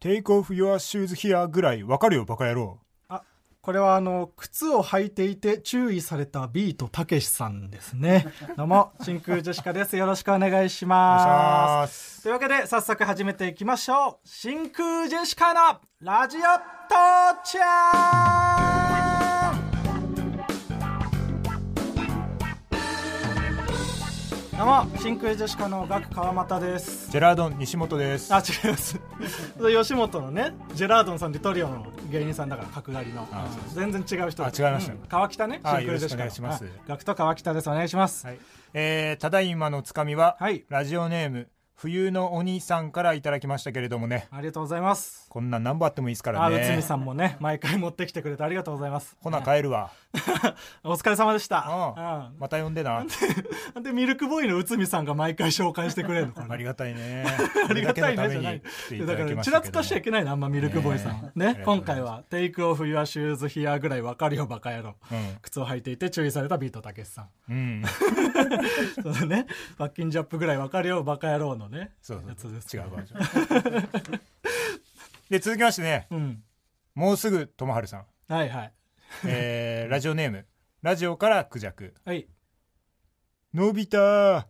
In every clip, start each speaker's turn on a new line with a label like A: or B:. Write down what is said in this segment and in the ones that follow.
A: Take off your shoes here ぐらいわかるよ、バカ野郎。
B: これはあの靴を履いていて注意されたビートたけしさんです ねどうも真空ジェシカですよろしくお願いします
A: す。
B: というわけで早速始めていきましょう真空ジェシカのラジオ父ちゃんどうも真空ジェシカのガク川又です
A: ジェラードン西本です。
B: あ違います それ吉本のねジェラードンさんってトリオの芸人さんだから角刈りの
A: あ
B: うん全然違う人
A: あ違いました
B: うん川北ね
A: あ
B: 真空ジェシカの
A: よろしくお願いします
B: あガクと川北ですお願いします
A: はいえー、ただいまのつかみは、
B: はい
A: ラジオネーム、冬のお兄さんからいただきましたけれどもね、
B: ありがとうございます
A: こんなん何本あってもいいですから
B: あ、
A: ね。
B: 内海さんもね、毎回持ってきてくれてありがとうございます。
A: ほな、帰るわ。
B: お疲れ様でした。
A: うん。また呼んでな。
B: うん。で、ミルクボーイの内海さんが毎回紹介してくれ るのか
A: あ
B: な。
A: りがたいね。
B: ありがたいねじゃな
A: これだけのために
B: いだか
A: 来ていただき
B: ら
A: ま
B: ち
A: し
B: ら
A: た
B: つ
A: けども
B: かしちゃいけないなあんまミルクボーイさんは
A: ね
B: ね
A: え
B: 今回は「テイクオフ・ユア・シューズ・ヒア」ぐらいわかるよバカ野郎、
A: うん
B: 靴を履いていて注意されたビートたけしさん
A: うん。
B: そうだね「バッキンジャップ」ぐらいわかるよバカ野郎のね
A: そう
B: やつです
A: そう。違うバージョン。で、続きましてね、
B: うん
A: もうすぐともはるさん。
B: はいはい
A: えー、ラジオネーム、ラジオからクジャク。
B: はい
A: のび太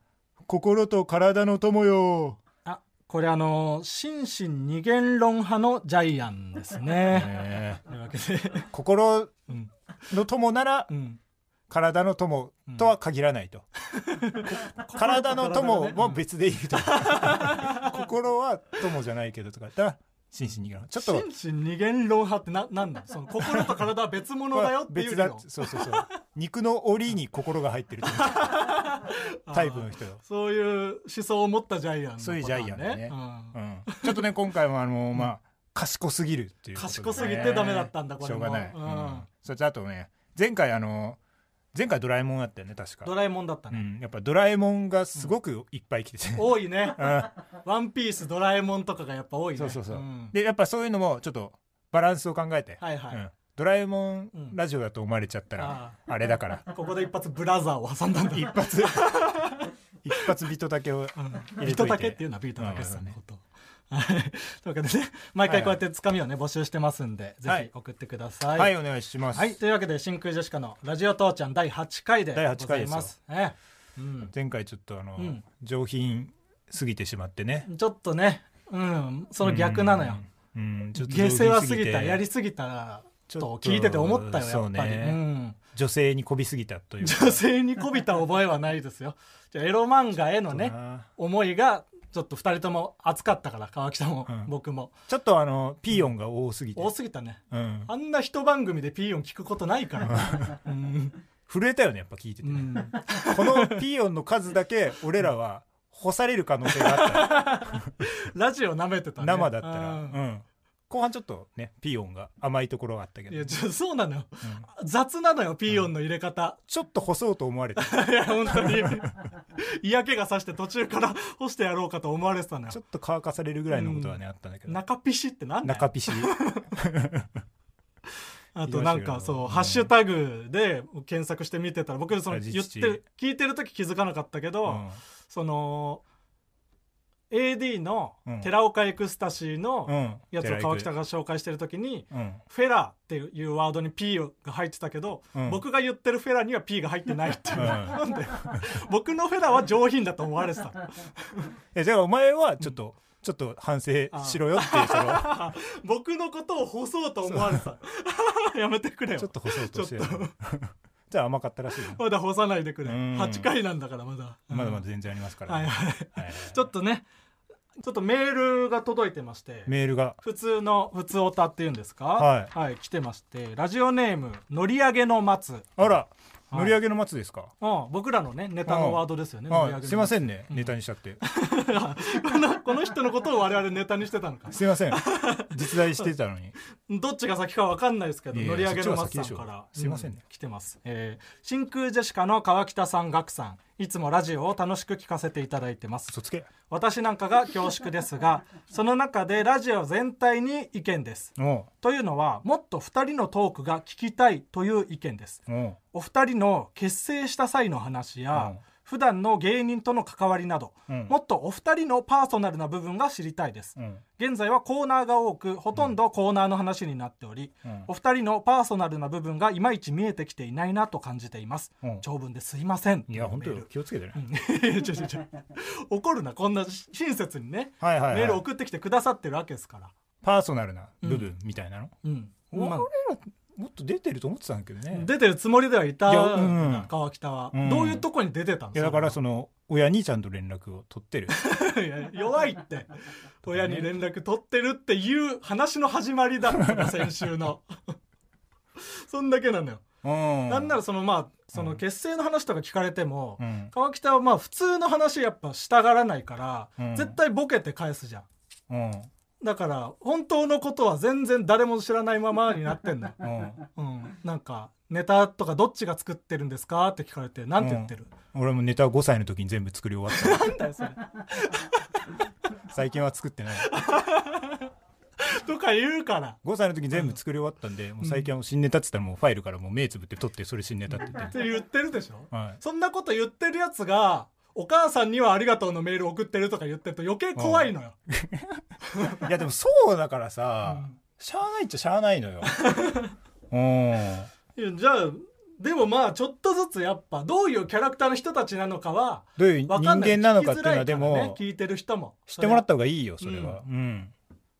A: 心と体の友よ、
B: あこれあのー心身二元論派のジャイアンです ね
A: ねえ
B: というわけで
A: 心
B: うん
A: の友なら
B: うん
A: 体の友とは限らない と、体の友も別でいいと 心は友じゃないけどとかだったら心身にいちょっと
B: 心身二元論派ってななんだその心と体は別物だよってい
A: 別
B: うの
A: だそうそうそう肉の檻に心が入ってるっ ていうタイプの人よ
B: そういう思想を持ったジャイアンのパターンね
A: そういうジャイアンだね
B: うん
A: うん、ちょっとね今回もあのまあ賢すぎるっていうことでね
B: 賢すぎてダメだったんだこれ
A: しょ
B: も
A: うがない、
B: う
A: うんんそれとあとね前回あの前回ドラえもんあったよね確か
B: ドラえもんだった
A: う
B: ね、
A: ん、やっぱドラえもんがすごくいっぱい来てて、うん
B: 多いねワンピースドラえもんとかがやっぱ多いね
A: そうそうそう、
B: ん
A: でやっぱそういうのもちょっとバランスを考えて、
B: はいはい
A: うんドラえもん
B: うん
A: ラジオだと思われちゃったら、あれだから
B: ここで一発ブラザーを挟んだんだ
A: 一発一発ビトタケを
B: うん
A: 入
B: ビ
A: れ
B: ー
A: と
B: ト
A: いて
B: タケっていうのはビートタケさんのこと。はいと いうわけでね、毎回こうやってつかみをね、募集してますんで、ぜ
A: はい
B: ひ送ってください。
A: はいお願いします、
B: はい、というわけで真空ジェシカのラジオ父ちゃん第8回で
A: 第八
B: ござ
A: 回で
B: い
A: すよ
B: ます。ええうん
A: 前回ちょっとあの、
B: うん
A: 上品すぎてしまってね
B: ちょっとね、うん、その逆なのよ。
A: うん、うんちょっと
B: 下世話すぎ
A: 上品
B: た、やりすぎたと聞いてて思ったよ、
A: ちょっと
B: やっぱり。
A: そう
B: う
A: ね
B: ん
A: 女性にこびすぎたという
B: 女性に媚びた覚えはないですよ。じゃあエロ漫画へのね、
A: な
B: 思いが、ちょっと二人とも熱かったから、川北も
A: うん
B: 僕も。
A: ちょっとあのピーヨンが多すぎて、
B: 多すぎたね。
A: うん、
B: あんな一番組でピーヨン聞くことないから。うん。
A: 震えたよねやっぱ聞いてて
B: う
A: ね、
B: ん。
A: このピーヨンの数だけ俺らは干される可能性があったよ
B: ラジオ舐めてたね。
A: 生だったら、う
B: うん
A: ん、後半ちょっとねピーヨンが甘いところがあったけ
B: い
A: ど、
B: や、
A: うん
B: ちょそうなのよ。雑なのよ、ピーヨンの入れ方。
A: ちょっと干そうと思われて
B: いや、本当に。嫌気がさして途中から干してやろうかと思われてたのよ
A: ちょ。っと乾かされるぐらいのことはね、あったんだけど
B: 中ピシってなんだよ
A: 中ピシ
B: あとなんか
A: 言い
B: そ
A: ましたけど
B: う、ハッシュタグで検索して見てたら、僕その
A: ラジ
B: 言っ
A: チ
B: てる、聞いてる時気づかなかったけど、
A: うん
B: その、AD の
A: うん
B: 寺岡エクスタシーの
A: うん
B: やつを川北
A: が、
B: が紹介してる時に、
A: うん
B: フェラっていうワードに P が入ってたけど、
A: うん
B: 僕が言ってるフェラには P が入ってないってい う、
A: うん
B: なんで僕のフェラは上品だと思われてた
A: えじゃあお前はちょっと、ちょっと反省しろよっていうその
B: 僕のことを干そうと思われてた やめてくれよ
A: ちょっと干そうとしてる
B: ちょっ
A: じゃあ甘かったらしいな
B: まだ干さないでくれ
A: うん
B: 8回なんだからまだ、
A: まだまだ全然ありますから
B: はい
A: ね、
B: はい
A: はい
B: ちょっとねちょっとメールが届いてまして
A: メールが
B: 普通の普通オタっていうんですか、
A: はい
B: 来てましてラジオネーム乗り上げの松
A: あら、
B: い
A: 乗り上げの松ですか
B: うん僕らのねネタのワードですよね乗り上げ
A: あ
B: の松
A: すいませんね、ネタにしちゃって
B: このこの人のことを我々ネタにしてたのか
A: すいま せん実在してたのに
B: どっちが先か分かんないですけど
A: いやいや
B: 乗り上げの松
A: そっちが先で
B: さ
A: し
B: ん
A: ょ
B: から
A: すいませんね
B: う来てます、えー真空ジェシカの川北さん岳さんいつもラジオを楽しく聞かせていただいてます
A: 嘘つけ
B: 私なんかが恐縮です がその中でラジオ全体に意見です
A: お
B: というのはもっと2人のトークが聞きたいという意見です
A: うおう
B: お二人の結成した際の話や、
A: うん
B: 普普段の芸人との関わりなど
A: うん
B: もっとお二人のパーソナルな部分が知りたいです
A: うん
B: 現在はコーナーが多くほとんどコーナーの話になっており、
A: うん
B: お二人のパーソナルな部分がいまいち見えてきていないなと感じています、
A: うん
B: 長文ですいません
A: いや本当
B: メー
A: よ気をつけてね
B: ルうん ちょちょちょ怒るなこんな親切にね、
A: はいはい
B: メール
A: はい
B: 送ってきてくださってるわけですから
A: パーソナルな部分みたいなの
B: うん、
A: 俺
B: ま
A: ら
B: あ
A: もっと出てると思ってたんだけどね
B: 出てるつもりではいた
A: いやうん
B: 川北は、
A: うん
B: どういうとこに出てたん
A: い
B: です
A: やだからその親にちゃんと連絡を取ってる
B: いや弱いって親に連絡取ってるっていう話の始まりだっ たから先週の そんだけなのよ、
A: うん
B: なんならそのまあそうの
A: ん
B: 結成の話とか聞かれても、
A: うん
B: 川北はまあ普通の話やっぱしたがらないから、
A: うん
B: 絶対ボケて返すじゃん
A: うん、
B: だから本当のことは全然誰も知らないままになってんのよ
A: うん
B: うん、なんかネタとかどっちが作ってるんですかって聞かれてなんて言ってる、
A: 俺もネタ5歳の時に全部作り終わ っ
B: なんだよそれ
A: た最近は作ってない
B: とか言うから
A: 5歳の時に全部作り終わったんで、もう最近はもう新ネタっつったらもうファイルからもう目つぶって取ってそれ新ネタって言っ
B: ってて言ってるでしょ
A: る、 はい、
B: そんなこと言ってるやつが、お母さんにはありがとうのメール送ってるとか言ってると余計怖いのよ。
A: いやでもそうだからさ、
B: うん
A: しゃあないっちゃしゃあない のようん
B: いやじゃあ、でもまあちょっとずつやっぱどういうキャラクターの人たちなのかは、
A: どういう人
B: わかんない。
A: 間なのかっていうのは
B: 聞
A: で
B: きづらいからね
A: も
B: 聞いてる人も。
A: 知ってもら
B: っ
A: った方がいいよそれはうん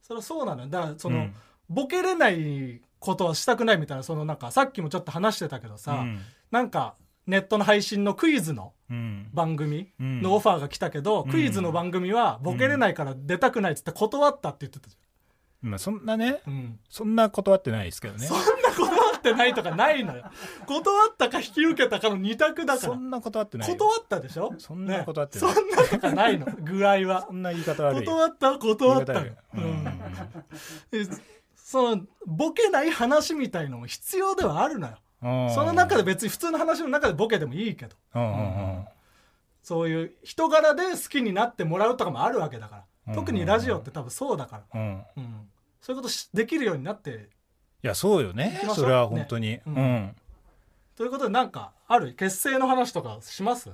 B: それはそうなのよ。だからそ
A: うん
B: の、ボケれないことはしたくないみたいな、そのなんかさっきもちょっと話してたけどさ、
A: うん
B: なんかネットの配信のクイズの
A: うん
B: 番組
A: うん
B: のオファーが来たけど、
A: うん
B: クイズの番組はボケれないから出たくないっつって断ったって言ってたじ
A: まあそんなね
B: ゃん。うん
A: そんな断ってないですけどね
B: そんな断ってないとかないのよ。断ったか引き受けたかの二択だか
A: そ
B: ら。
A: んな断ってないよ
B: 断ったでしょ
A: そんな
B: ね
A: 断って
B: そ
A: ない
B: んなとかな いの、具合は
A: そ。んな言い方悪い
B: 断った、断った
A: 言い
B: の
A: 方悪い。うん
B: うんでその、ボケない話みたいのも必要ではあるのよ。
A: うん
B: その中で別に普通の話の中でボケてもいいけど。
A: うんうんうん
B: そういう人柄で好きになってもらうとかもあるわけだか
A: うん
B: ら。特にラジオって多分そうだから。
A: うん
B: うん。そういうことしできるようになって。
A: いやそうよね
B: 行きましょう
A: それは本当に、
B: う
A: うんん
B: ということでなんか、ある結成の話とかします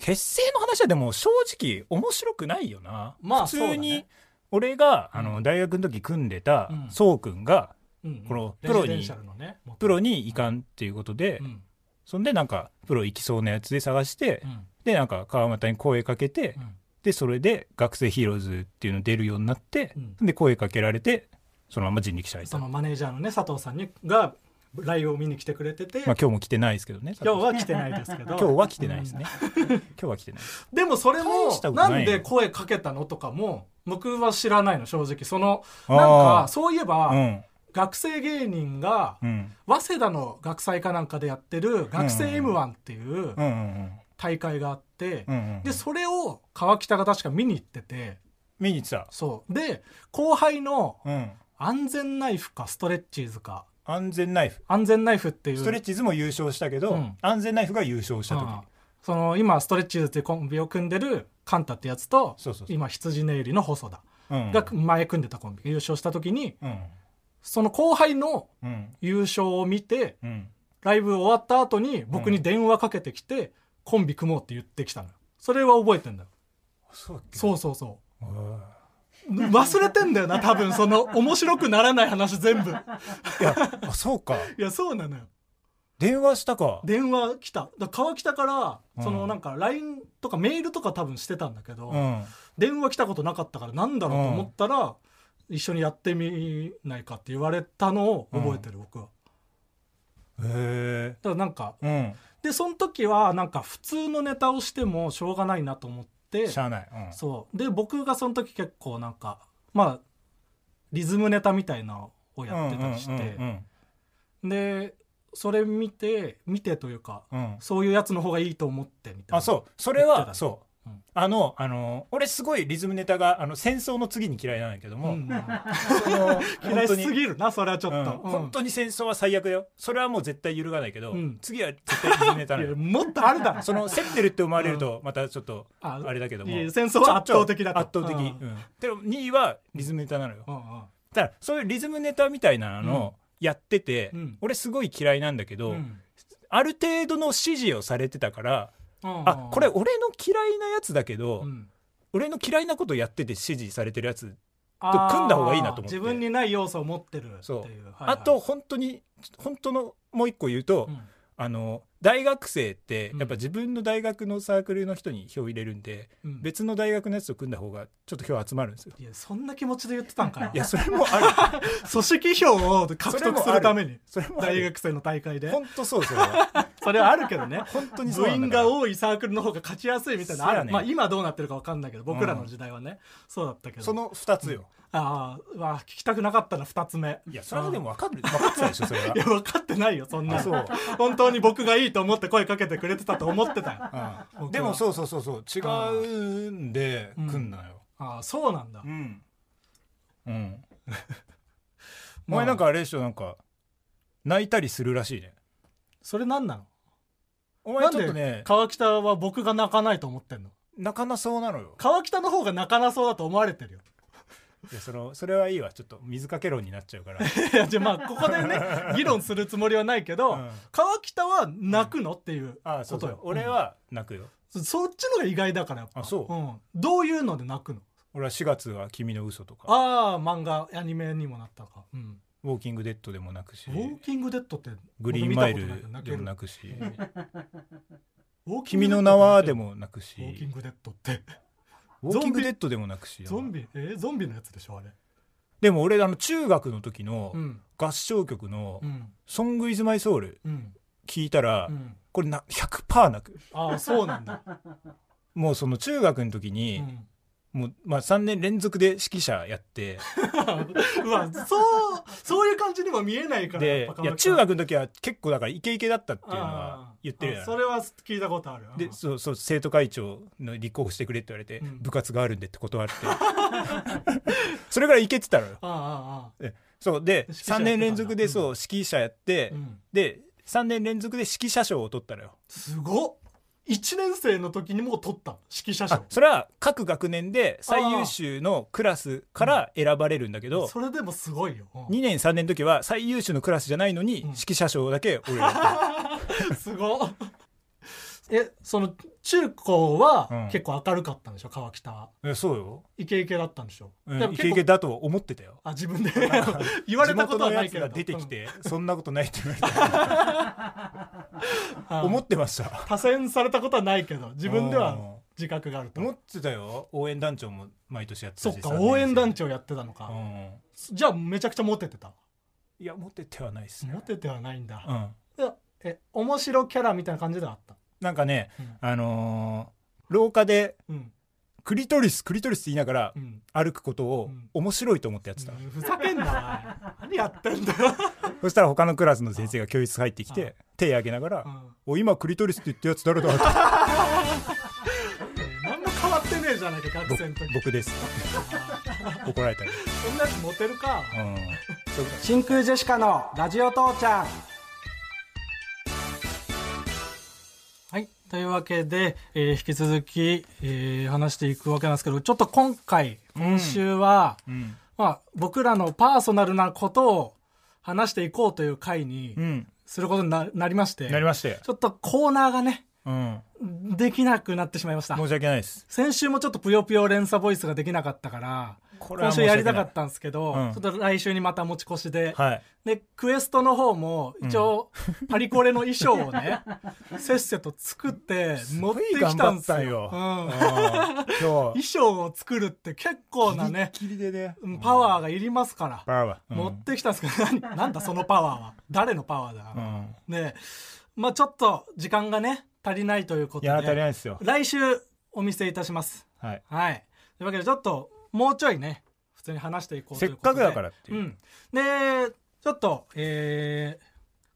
A: 結成の話はでも正直面白くないよな、
B: まあ
A: 普通
B: そうだ
A: に
B: ね
A: 俺が、あの大学の時組んでた
B: うん
A: そうくんが
B: うん
A: この
B: レ
A: プ
B: ジ
A: ロに
B: デンシャルのね
A: プロに行かんっていうことで、
B: うん
A: そんでなんかプロ行きそうなやつで探して、
B: うん
A: でなんか川又に声かけて、
B: うん
A: でそれで「学生ヒーローズ」っていうの出るようになって、
B: う
A: で声かけられてそのまま人力車行っ
B: そ
A: た、
B: のマネージャーのね佐藤さんにがライブを見に来てくれてて、
A: まあ、今日も来てないですけどね
B: 今日は来てないですけど
A: 今日は来てないですね今日は来てないです
B: でもそれ
A: 大
B: も
A: したこと
B: な
A: ない
B: んで声かけたのとかも僕は知らないの正直その
A: あ
B: なん
A: ー
B: かそういえば、
A: うん
B: 学生芸人が
A: うん
B: 早稲田の学祭かなんかでやってる「学生 m 1っていう
A: うんうん
B: 大会があって、
A: うんうんうん
B: でそれを川北が確か見に行ってて
A: 見に行ってた
B: そうで後輩の
A: うん
B: 安全ナイフかストレッチーズか
A: 安全ナイフ
B: 安全ナイフっていう
A: ストレッチーズも優勝したけど、
B: うん
A: 安全ナイフが優勝した時、
B: うんその今ストレッチーズっていうコンビを組んでるカンタってやつと
A: そうそうそう
B: 今羊ネイリの細田
A: うん
B: が前組んでたコンビ優勝した時に
A: うん
B: その後輩の
A: うん
B: 優勝を見て
A: うん
B: ライブ終わった後に僕に電話かけてきてコンビ組もうって言ってきたのよそれは覚えてんだよ
A: そうだっけ
B: そうそうそう
A: わ
B: う忘れてんだよな多分その面白くならない話全部
A: いやあそうか
B: いやそうなのよ
A: 電話したか
B: 電話来ただ川北か
A: う
B: ら
A: ん
B: そのなんか LINE とかメールとか多分してたんだけど、
A: うん
B: 電話来たことなかったからなんだろうと思ったら、一緒にやってみないかって言われたのを覚えてる、僕は
A: へえ
B: だからなんか
A: うん
B: でその時はなんか普通のネタをしてもしょうがないなと思って
A: しゃあない、うん、
B: そうで僕がその時結構なんかまあリズムネタみたいなのをやってたりして、
A: うん
B: でそれ見て見てというか
A: うんうんうん
B: そういうやつの方がいいと思ってみたいな
A: あそうそれ
B: 言ってた
A: は
B: ね
A: そう、
B: うん
A: あのあの俺すごいリズムネタがあの戦争の次に嫌いなんだけど
B: う
A: も、
B: ん、
A: その
B: 嫌いす
A: 本当に
B: ぎるなそれはちょっと、
A: うん
B: うん
A: 本当に戦争は最悪だよそれはもう絶対揺るがないけど、
B: うん
A: 次は絶対リズムネタない
B: や
A: の
B: もっとあるだ ろ
A: その競ってるって思われるとまたちょっと
B: あ
A: あれだけども
B: いや戦争は圧倒的だと
A: 圧倒的、
B: う
A: うんん、でも2位はリズムネタなのよ
B: うんうん
A: だからそういうリズムネタみたいなのをやってて、
B: うん
A: 俺すごい嫌いなんだけど、
B: うん
A: ある程度の指示をされてたからあこ
B: れ、
A: れ俺の嫌いなやつだけど、
B: うん
A: 俺の嫌いなことやってて支持されてるやつ
B: あー
A: 組んだ方がいいなと思って
B: 自分にない要素を持ってるっていう
A: そう
B: はいはい
A: あと本当に本当のもう一個言うと、
B: うん
A: あの大学生って
B: うん
A: やっぱ自分の大学のサークルの人に票入れるんで、
B: うん
A: 別の大学のやつと組んだ方がちょっと票集まるん ですよ。
B: いやそんな気持ちで言ってたんかない
A: やそれもある
B: 組織票を獲得するために
A: それもあ
B: 大
A: る
B: 学生の大会で
A: 本当そうそれは
B: それはあるけどね
A: 本当にそう
B: 部
A: なん
B: 員
A: だから
B: が多いサークルの方が勝ちやすいみたいなのあ
A: そう
B: る、
A: やね
B: まあ今どうなってるか分かんないけど僕らの時代はね、そうだったけど
A: その2つよ、
B: ああわあ聞きたくなかったな2つ目
A: いやそれはでも分かる分かってたでしょそれはい
B: や分かってないよそんな
A: あ
B: の
A: そう
B: 本当に僕がいいと思って声かけてくれてたと思ってたよ
A: あ
B: 僕は
A: でもそうそうそうそう違うんで
B: うん
A: 来んなよ
B: ああそうなんだ、
A: んうんお
B: まあ
A: 前なんかあれでしょなんか泣いたりするらしいね
B: それなんなの
A: お
B: な
A: 前
B: ん
A: ちょっと
B: で
A: ね
B: 川北は僕が泣かないと思ってんの
A: 泣かなそうなのよ
B: 川北の方が泣かなそうだと思われてるよ
A: いやそのそれはいいわちょっと水かけ論になっちゃう から、
B: いやじゃあまあここで ね議論するつもりはないけど、
A: うん
B: 川北は泣くのっていう
A: ああそうそう
B: ことよ
A: 俺は泣くよ、
B: そそっちのが意外だからやっぱ
A: あそう
B: うん、どういうので泣くの
A: 俺は4月は「君の嘘とか
B: ああ漫画アニメにもなったか、うん、
A: 「ウォーキング・デッド」でも泣くし
B: ウォーキングデッドって
A: グリーンマイル
B: 僕見たことないけ
A: で
B: ど
A: も
B: 泣
A: 泣くし
B: ける
A: 「君の名は」で
B: も
A: も泣くし
B: ウォーキングデッドって
A: 「ウォーキング・デッド」でも泣くし
B: ゾンビえーゾンビのやつでしょあれ
A: でも俺あの中学の時の
B: うん
A: 合唱曲の
B: うん
A: 「ソング・イズ・マイ・ソウル
B: うん」
A: 聞いたら
B: うん
A: これな100%泣く
B: ああそうなんだ、
A: もうその中学の時
B: う
A: に
B: ん、
A: もうまあ3年連続で指揮者やって
B: うわそうそういう感じにも見えないから
A: で
B: やっぱ
A: いや
B: 川北
A: 中学の時は結構だからイケイケだったっていうのは言ってる
B: あ
A: や
B: あ
A: ん
B: それは聞いたことある
A: でそうそう生徒会長の立候補してくれって言われて、
B: うん
A: 部活があるんでって断って それからいけてたのよ
B: ああああ
A: そうで
B: 指揮者やってた
A: 3
B: んだ
A: 年連続でそう
B: う
A: 指揮者やって、
B: ああ、うん、
A: で3年連続で指揮者賞を取ったのよ
B: すごっ1年生の時にもう取った指揮者
A: あ
B: 賞
A: それは各学年で最優秀のクラスから選ばれるんだけど、
B: それでもすごいよ、うん
A: 2年3年の時は最優秀のクラスじゃないのに
B: うん
A: 指揮者賞だけ俺が取っ
B: すごっ えその中高は
A: うん
B: 結構明るかったんでしょ川北は
A: たいやそうよ、
B: イケイケだったんでしょ、
A: うん
B: でも
A: イ
B: 結
A: ケイ
B: 構
A: ケだと思ってたよ
B: あ自分で 言われたことはないけ
A: 地元のやつが
B: ど
A: 出てき、て、そんなことないって言われた
B: うんあ
A: 思ってました
B: 多選されたことはないけど 自分で
A: うん
B: は自覚があると
A: 思ってたよ応援団長も毎年やってた
B: そ
A: し
B: っか
A: 3年生
B: 応援団長やってたのか、
A: うん
B: じゃあめちゃくちゃモテてた
A: いやモテてはないですね
B: モテてはないんだ、
A: うん
B: いやえ面白キャラみたいな感じではあった
A: なんかねあのー廊下で
B: うんうん
A: クリトリスクリトリスって言いながら
B: うん
A: 歩くことを
B: うん
A: 面白いと思ってやってた、
B: ふざけんなおい 何やってんだよ、
A: そしたら他のクラスの先生が教室入ってき
B: うん
A: て手挙げながら
B: う
A: 「お今クリトリスって言ったやつ誰だ?」って
B: ん、何も変わってねえじゃないか 学生の時
A: 僕です」怒られたり、
B: そんなやつモテるか
A: うん、そう
B: 真空ジェシカのラジオ父ちゃんはいというわけで、えー引き続き、えー話していくわけなんですけどちょっと今回今週は、
A: うん
B: まあ、僕らのパーソナルなことを話していこうという回に
A: うん
B: することにななりまして
A: なりましたよ、
B: ちょっとコーナーがね
A: うん、
B: できなくなってしまいました
A: 申し訳ないです
B: 先週もちょっと「ぷよぷよ連鎖ボイス」ができなかったから
A: こ
B: 今週やりたかったんですけど、
A: うん
B: ちょっと来週にまた持ち越しで、
A: はい
B: でクエストの方も一応パリコレの衣装 をね、せっせと作って持ってきたんで
A: すごい頑張っ
B: すよ
A: た
B: うん衣
A: あー今日
B: 装を作るって結構なね
A: ギリギリでね
B: うんパワーがいりますから、
A: パワー
B: 持ってきたんですけど何 なんだそのパワーは誰のパワーだ、
A: うん
B: でまあちょっと時間がね足りないというこ
A: い
B: と
A: や足り
B: で
A: ないですよ
B: 来週お見せいたします
A: はい
B: はい。というわけで、ちょっと、もうちょいね、普通に話していこうと
A: せ
B: い
A: っ
B: うこ
A: か
B: と
A: く
B: で。
A: だからっていうう、
B: ん。で、ちょっと、え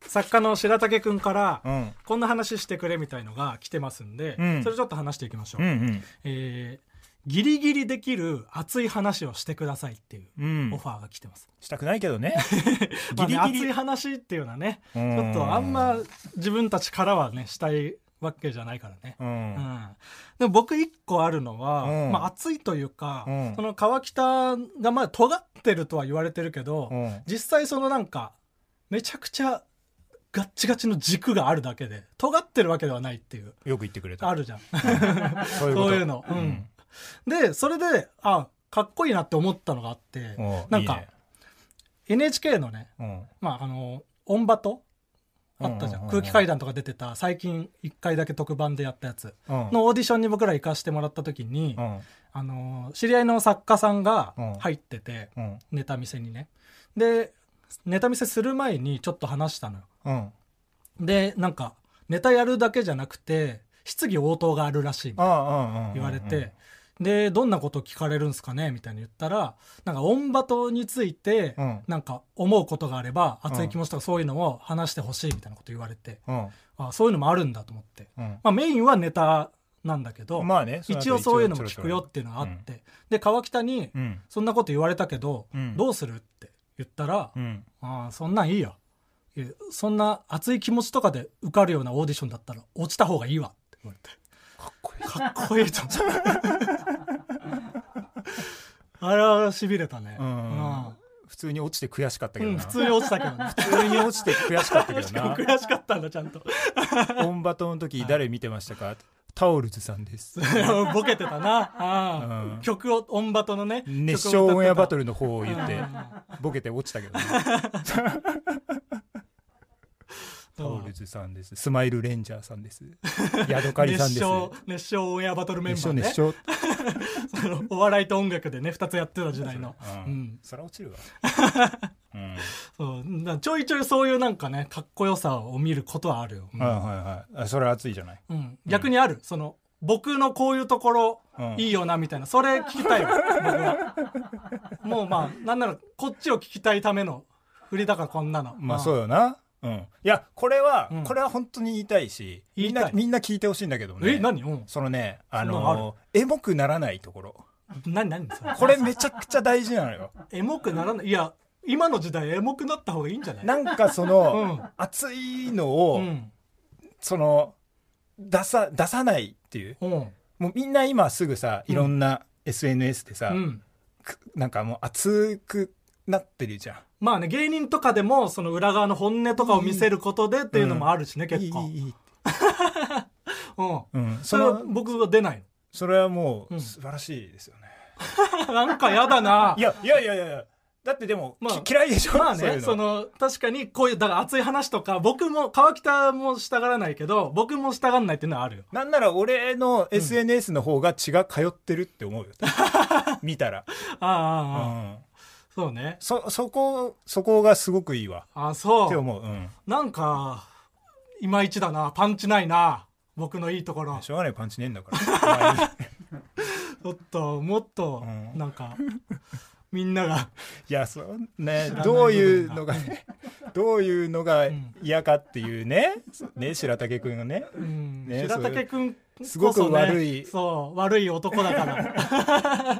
B: ー、作家の白竹くんから、
A: うん、うん
B: こんな話してくれみたいのが来てますんで、
A: うん
B: それちょっと話していきましょう。
A: うん
B: えー、ギリギリできる熱い話をしてくださいっていう
A: うん
B: オファーが来てます。
A: したくないけどね
B: ま
A: ギ
B: あね
A: リギリ
B: 熱い話っていうのはね、
A: ち
B: ちょっとあんま自分たちからはね、したいわけじゃないからね。
A: うん、うん
B: うんでも僕一個あるのは、
A: うん
B: まあ熱いというか、
A: うん
B: その川北がまあ尖ってるとは言われてるけど、
A: うん
B: 実際そのなんかめちゃくちゃガッチガチの軸があるだけで尖ってるわけではないっていう
A: よく言ってくれた
B: あるじゃん
A: そういうこ
B: そういう
A: と
B: の、うんでそれであかっこいいなって思ったのがあって
A: おう
B: なん
A: いい
B: か
A: ね
B: NHK のね
A: うん
B: まああの音バトあったじゃん,、
A: うんうんうんうん
B: 空気階段とか出てた最近1回だけ特番でやったやつ
A: うん
B: のオーディションに僕ら行かしてもらった時に、
A: うん
B: あの知り合いの作家さんが入ってて、
A: うん
B: ネタ見せにねでネタ見せする前にちょっと話したのよ
A: うん
B: でなんかネタやるだけじゃなくて質疑応答があるらしいみたいな
A: ああ
B: 言われて、でどんなこと聞かれるんですかねみたいに言ったらなんかオンバトについて、
A: うん
B: なんか思うことがあれば熱
A: うん
B: い気持ちとかそういうのを話してほしいみたいなこと言われて、
A: うん
B: あそういうのもあるんだと思って、
A: うん
B: まあ、メインはネタなんだけど、
A: まあねの後
B: 一応そういうのも聞くよっていうのがあって、で川北に
A: うん
B: 「そんなこと言われたけど、
A: うん
B: どうする?」って言ったら「
A: うん
B: ああそんなんいいよいやそんな熱い気持ちとかで受かるようなオーディションだったら落ちた方がいいわ」って言われて
A: かっこいい
B: かっこいい と思ってあれはしびれたね
A: う
B: うん
A: ん普通に落ちて悔しかったけ
B: う
A: ど
B: ん
A: な
B: 普通に落ちたけどね
A: 普通に落ちて悔しかったけど
B: しかも
A: な
B: 悔しかったんだちゃ んと
A: オンバトの時誰見てましたかタオルズさんです
B: ボケてたなああ
A: うん
B: 曲を音バトのね
A: 熱唱オンエアバト
B: ル
A: ルの方を言ってボケて落ちたけどねタオルズさんですスマイルレンジャーさんですヤドカリさん
B: 熱
A: です
B: 唱熱唱オンエアバトルメンバ
A: 熱
B: ー
A: 唱
B: ね
A: 熱唱
B: その お笑いと音楽でね2つやってた時代の
A: う
B: うんん
A: そら落ち るわうん
B: そうなちょいちょいそういうなんかねかっこよさを見ることはあるよ、うん
A: はいはいはいあそれ熱いじゃない
B: うん逆にあるその僕のこういうところ
A: うん
B: いいよなみたいなそれ聞きたいよ僕は もうまあなんならこっちを聞きたいための振りだからこんなの
A: まあそう
B: う
A: よな。うん。いや、これは、
B: うん
A: これは本当に言いたいし、みん
B: 言い
A: な、
B: たい
A: みんな聞いてほしいんだけど
B: ん
A: ね。
B: え何うん
A: そのね、あ
B: そんなの
A: のーエモくならないところ。
B: 何何そ れ
A: これめちゃくちゃ大事なの よ。
B: エモくならないいや今の時代エモくなった方がいいんじゃない
A: なんかその、熱いのを、
B: うん
A: その、出さ、出さないっていう。
B: うん
A: もうみんな今すぐさ、
B: うん
A: いろんな SNS でさ、
B: うん
A: くなんかもう熱くなってるじゃん。
B: まあね芸人とかでもその裏側の本音とかを見せることでっていうのもあるしね、結構
A: いいいいいい
B: うん
A: うん。
B: そ
A: そ
B: れ
A: れ
B: は
A: は、
B: 僕は出ない
A: それはも
B: うん
A: う素晴らしいですよね。
B: の なんかやだない
A: や、 いやいやいやいやだってでも、
B: まあ
A: き嫌いでしょ
B: まあ
A: そういう
B: ね
A: の
B: その確かにこういうだから熱い話とか僕も川北もしたがらないけど僕もしたがらないっていうのはあるよ
A: なんなら俺の SNS の方が血が通ってるって 思うよ。見たら。
B: あ
A: う
B: あああ、
A: ん。
B: そうね
A: そ、そこ、そこがすごくいいわ。
B: あ
A: って
B: そう
A: 思う。うん。
B: なんかいまいちだなパンチないな僕のいいところ
A: しょうがないパンチねえんだ から。お前に
B: ちょっともっと
A: うん
B: なんか、みんなが
A: いや、そうね
B: 知らな、い
A: どういうのがね、どういうのが
B: ん
A: 嫌かっていうね、ね、白竹くんの ね。
B: うん、
A: ね
B: 白竹くんこそ、ね、
A: すごく悪い
B: そう悪い男 だから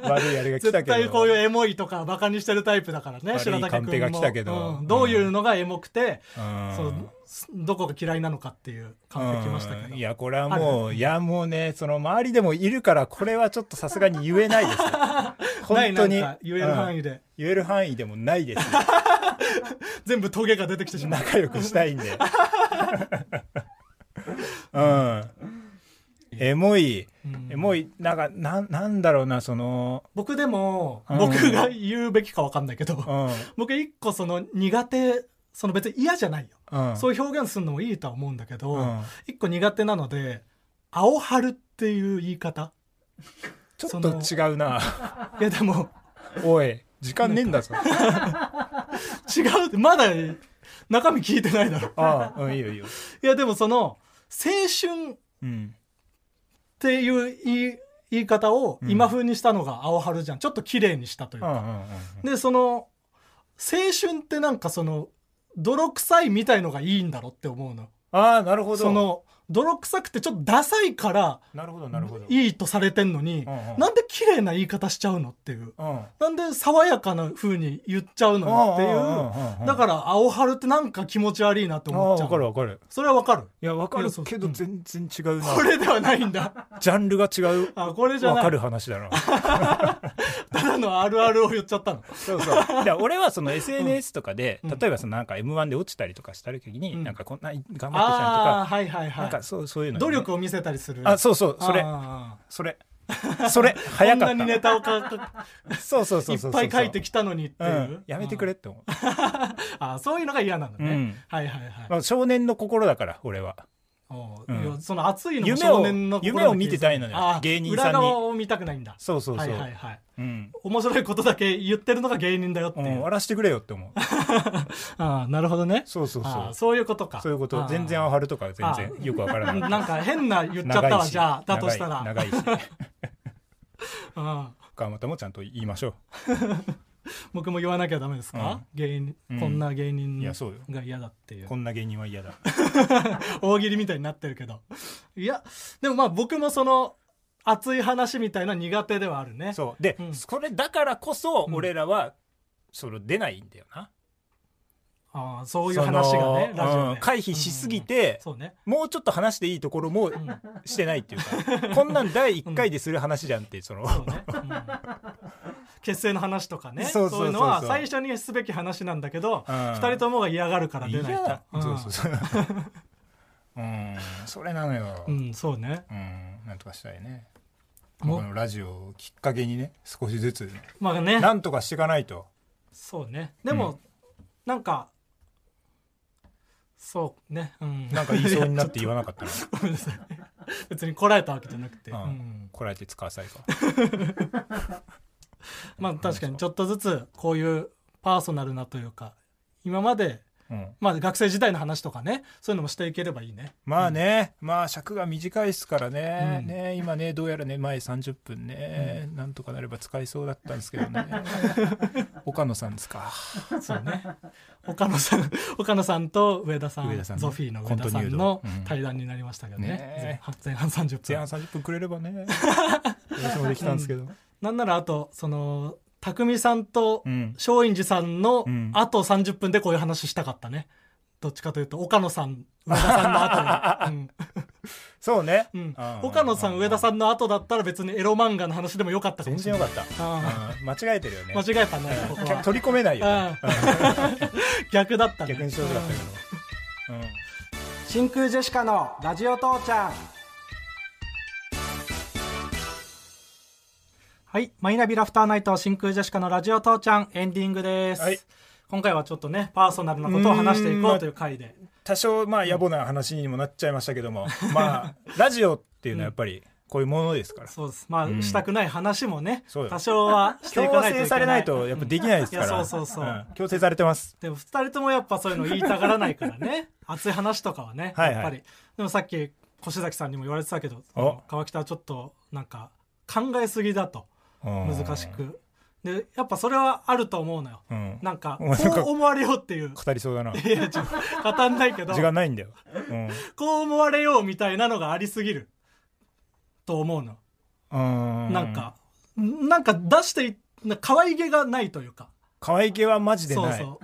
A: 悪いあれが来たけ
B: 絶
A: ど。
B: 対こういうエモいとかバカにしてるタイプだからね
A: 悪い
B: 白竹君
A: カンペが来たけど
B: もうんどういうのがエモくて、
A: うん
B: そのすどこが嫌いなのかっていうカンペ来ましたけど、
A: うんいや、これはもう、いや、もうね、その周りでもいるから、これはちょっとさすがに言えないですよ。
B: ない
A: 本当に。
B: なんか言える範囲で、
A: 言える範囲でもないです。
B: 全部トゲが出てきてしまう
A: 仲良くしたいんで。うん。エモい、エモい、なんか、なん、なんだろうな、その、
B: 僕でも、
A: うん
B: 僕が言うべきか分かんないけど、
A: うん、
B: 僕一個その苦手その別に嫌じゃないよ、
A: うん。
B: そういう表現するのもいいとは思うんだけど、
A: うん
B: 一個苦手なので「青春」っていう言い方
A: ちょっと違うな。
B: いやでも
A: おい、時間ねえんだぞ。
B: 違うってまだ中身聞いてないだろ
A: ああ、うん、いいよいいよ。
B: いやでもその青春っ
A: うん。
B: ていう言い言い方を今風にしたのが青春じゃん、ちょっと綺麗にしたという
A: うん、うん、う
B: か、
A: ん
B: でその青春ってなんかその泥臭いみたいのがいいんだろって思うの
A: ああ、なるほど。
B: その泥臭くてちょっとダサいから
A: なるほどなるほど
B: いいとされてんのに、
A: うんうん
B: なんで綺麗な言い方しちゃうのっていう
A: うんうん
B: なんで爽やかな風に言っちゃうのっていう
A: うんうん
B: だから青春ってなんか気持ち悪いなと
A: あ
B: 思っち
A: あ
B: ゃ
A: わかる
B: う
A: わかる
B: それはわかる
A: いやわか
B: いや
A: る
B: そう
A: けど
B: うん
A: 全然違うな
B: これではないんだ
A: ジャンルが違う
B: あこれじゃ
A: わ
B: ない
A: かる話だな
B: ただのあるあるを言っちゃったの
A: そう そういや俺はその SNS とかで、
B: うん
A: 例えばそのなんか m 1で落ちたりとかした時に、
B: うん
A: なんかこんな頑張ってたりと
B: ああ
A: か、
B: はいはい
A: なん
B: は
A: かそうそういう
B: い
A: のね、
B: 努力を見せたりする
A: あそうそうそれ
B: あー
A: それそ れ早か
B: こ
A: っ
B: ん
A: た
B: なにネタをかか
A: そうそう
B: い
A: そうそうそ
B: っ
A: う
B: ぱい書いてきたのにって
A: う、
B: いうん
A: やめてくれって思う、
B: あーそういうのが嫌なのね、
A: うん
B: はいはいはい、
A: まあ、少年の心だから俺は
B: お
A: う
B: う
A: ん
B: いやその熱いのも
A: 夢を
B: 少年の心の
A: 夢を見てたいのよ
B: あー
A: 芸人さんに
B: 裏側を見たくないんだ
A: そうそうそう、
B: はいはいはい
A: うん
B: 面白いことだけ言ってるのが芸人だよって
A: う
B: い
A: ん、
B: う、
A: 終わ
B: あ
A: らせてくれよって思う
B: あーなるほどね
A: そうそうそ
B: あー
A: う
B: そういうことか
A: そういうこと
B: あー
A: 全然アハルとかは全
B: あ
A: 然よくわからない
B: なんか変な 言っちゃった
A: 長い
B: わ
A: し
B: じゃあだとしたら
A: 長い長いし
B: うん
A: 川本もちゃんと言いましょ
B: 僕も言わなきゃダメですか、芸人
A: うん
B: こんな芸人
A: いやそうよ
B: が嫌だっていう
A: うこんな芸人は嫌だ
B: 大喜利みたいになってるけどいやでもまあ僕もその熱い話みたいな苦手ではあるね
A: そうで、
B: うん
A: それだからこそ
B: うん
A: 俺らはそれ出ないんだよな、
B: ああそういう
A: その
B: 話がねラジオ
A: うん
B: ね
A: 回避しすぎて、
B: そうね、
A: もうちょっと話していいところも
B: うん、
A: してないっていうか こんなん第1回でする話じゃんってその、
B: そうね、うん 結成の話とかねそ
A: そううそうそうそう
B: いうのは最初にすべき話なんだけど、
A: うん
B: 二人ともが嫌がるから出ない
A: いや
B: と、うん、
A: そうそう そううんそれなのよ、う
B: うんんそうね
A: なんとかしたいね
B: も
A: このラジオをきっかけにね少しずつね
B: まあね
A: なんとかしていかないと
B: そうねでも、
A: う
B: なんかそうねうん
A: なんか言いそうになって言わなかったら
B: ごめんなさい別にこらえたわけじゃなくて、
A: うん
B: うん
A: こらえて使わされか
B: まあ確かにちょっとずつこういうパーソナルなというか今まで、
A: うん
B: まあ、学生時代の話とかねそういうのもしていければいいね
A: まあね、まあ尺が短いですからね,、
B: うん
A: ね今ねどうやらね前30分ね、なんとかなれば使いそうだったんですけ どね岡野さんですか
B: そ うね岡野さん岡野さんと上田さん
A: 上田さんね
B: ゾフィーの上田さ
A: コントニュー
B: ん
A: ド
B: の
A: うん
B: 対談になりましたけどね
A: ね
B: 前半前半30
A: 前
B: 分
A: 半30分くれれ ばね私もできたんですけど、
B: なんならあとその匠さんと
A: うん、
B: 松陰寺さんの
A: うん
B: あと30分でこういう話したかったねどっちかというと岡野さん上田さんの 後に、うん
A: そうね、
B: うん
A: あ、ー
B: 岡野さん上田さんの後だったら別にエロ漫画の話でもよかったか
A: 全
B: もしれ
A: 然
B: ない
A: よかった
B: あ
A: うん間違えてるよね
B: 間違えたねここは
A: 取り込めないよね
B: 逆だったね
A: 逆にしてほしかったけど、うん
B: 真空ジェシカのラジオ父ちゃんはいマイナビラフターナイト真空ジェシカのラジオ父ちゃんエンディングです、
A: はい
B: 今回はちょっとねパーソナルなことを話していこうという回で
A: 多少まあ野暮な話にもなっちゃいましたけども、 まあラジオっていうのはやっぱりこういうものですから、
B: そうですまあ、
A: うん
B: したくない話もね
A: そうよ
B: 多少はしていか
A: 強
B: ないといけない
A: 制されないとやっぱできないですから、
B: うんいやそうそうそうん
A: 強制されてます
B: でも2人ともやっぱそういうの言いたがらないか らね熱い話とかはね
A: はいはい
B: やっぱりでもさっき越崎さんにも言われてたけど
A: お
B: 川北はちょっとなんか考えすぎだと難
A: 難
B: し、くでやっぱそれはあると思うのよ
A: うん、
B: なんか
A: お前なんか
B: こう思われようっていう
A: 語りそうだない
B: やちょ語んないけど
A: 時間ないんだよ、うん
B: こう思われようみたいなのがありすぎると思うの
A: うん、
B: なんかなんか出していな可愛げがないというか
A: 可愛げはマジで
B: そう
A: ない
B: そ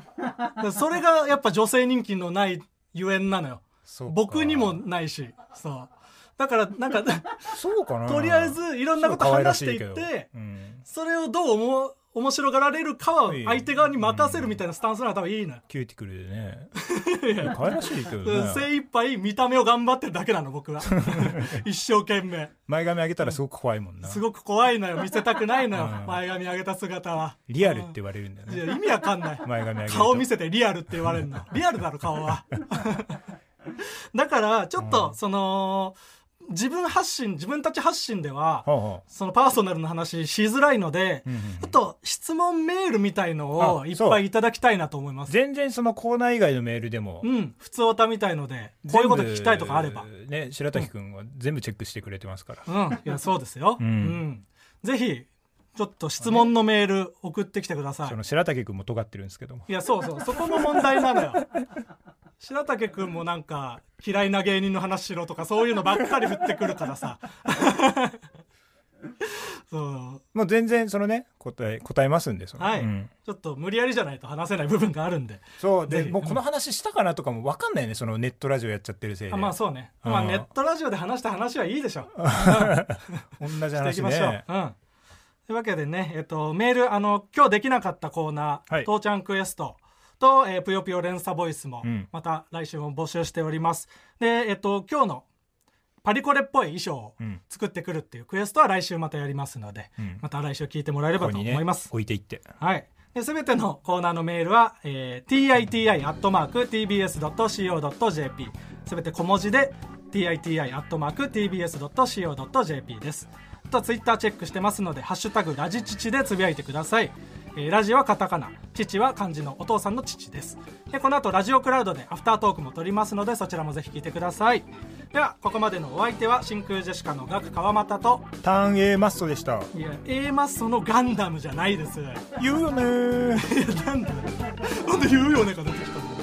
B: うそれがやっぱ女性人気のないゆえんなのよ
A: そうか
B: 僕にもないしそうだからなんか
A: そうかな
B: とりあえずいろんなこと話していって
A: うん、
B: それをどう思う面白がられるかは相手側に任せるみたいなスタンスなら多分いいのよ、
A: キューティクルでね いや可愛らしいけど
B: うん
A: ね
B: 精一杯見た目を頑張ってるだけなの僕 は一生懸命
A: 前髪上げたらすごく怖いもんな
B: すごく怖いのよ見せたくないのよ
A: うん
B: 前髪上げた姿は
A: リアルって言われるんだよ
B: い
A: ね
B: や意味わかんない
A: 前髪上げると
B: 顔見せてリアルって言われるのリアルだろ顔 はだからちょっとその自分発信自分たち発信では
A: ほうほ
B: そのパーソナルの話しづらいので
A: う、うんうんうん
B: ちょっと質問メールみたいのを
A: あ
B: いっ
A: そ
B: ぱ
A: う
B: いいただきたいなと思います
A: 全然そのコーナー以外のメールでも、
B: うん普通オタみたいのでこういうこと聞きたいとかあれば
A: 全部ね白滝君は全部チェックしてくれてますから、
B: う ん、いや、そうですよ。う、
A: うんん
B: ぜひ、ちょっと質問のメール送ってきてください
A: そ。の白滝君も尖ってるんですけども
B: いや、そうそう、そこも問題なのよ。白竹くんもなんか嫌いな芸人の話しろとかそういうのばっかり振ってくるからさ そう
A: もう全然そのね答え答えますんでその
B: はい
A: うん
B: ちょっと無理やりじゃないと話せない部分があるんで
A: そう
B: ぜ
A: で
B: ひ
A: もうこの話したかなとかも分かんないよねそのネットラジオやっちゃってるせいで
B: あまあそうね、まあ、
A: うん
B: ネットラジオで話した話はいいでしょ
A: 同じ
B: してい
A: 話
B: きましょう、
A: ね
B: うんというわけでね、えっと、メールあの今日できなかったコーナー
A: は
B: 「
A: い
B: 父ちゃんクエスト」と「えーぷよぷよ連鎖ボイスも」
A: うん
B: また来週も募集しておりますでえっと今日のパリコレっぽい衣装を
A: うん
B: 作ってくるっていうクエストは来週またやりますので、
A: うん
B: また来週聞いてもらえれ
A: こ
B: ば
A: ことに
B: 思います、
A: 置いていって
B: はい。すべてのコーナーのメールは、えー titi.tbs.co.jp すべて小文字で titi.tbs.co.jp です。あとツイッターチェックしてますので、ハッシュタグラジチチでつぶやいてください。えーラジはカタカナ、父は漢字のお父さんの父です。でこの後ラジオクラウドでアフタートークも撮りますので、そちらもぜひ聞いてください。では、ここまでのお相手は真空ジェシカのガク川又と、
A: ターン A マストでした
B: いや、A マッソのガンダムじゃないです。
A: 言うよねー
B: いやなんだなんで言うよねか出てきたの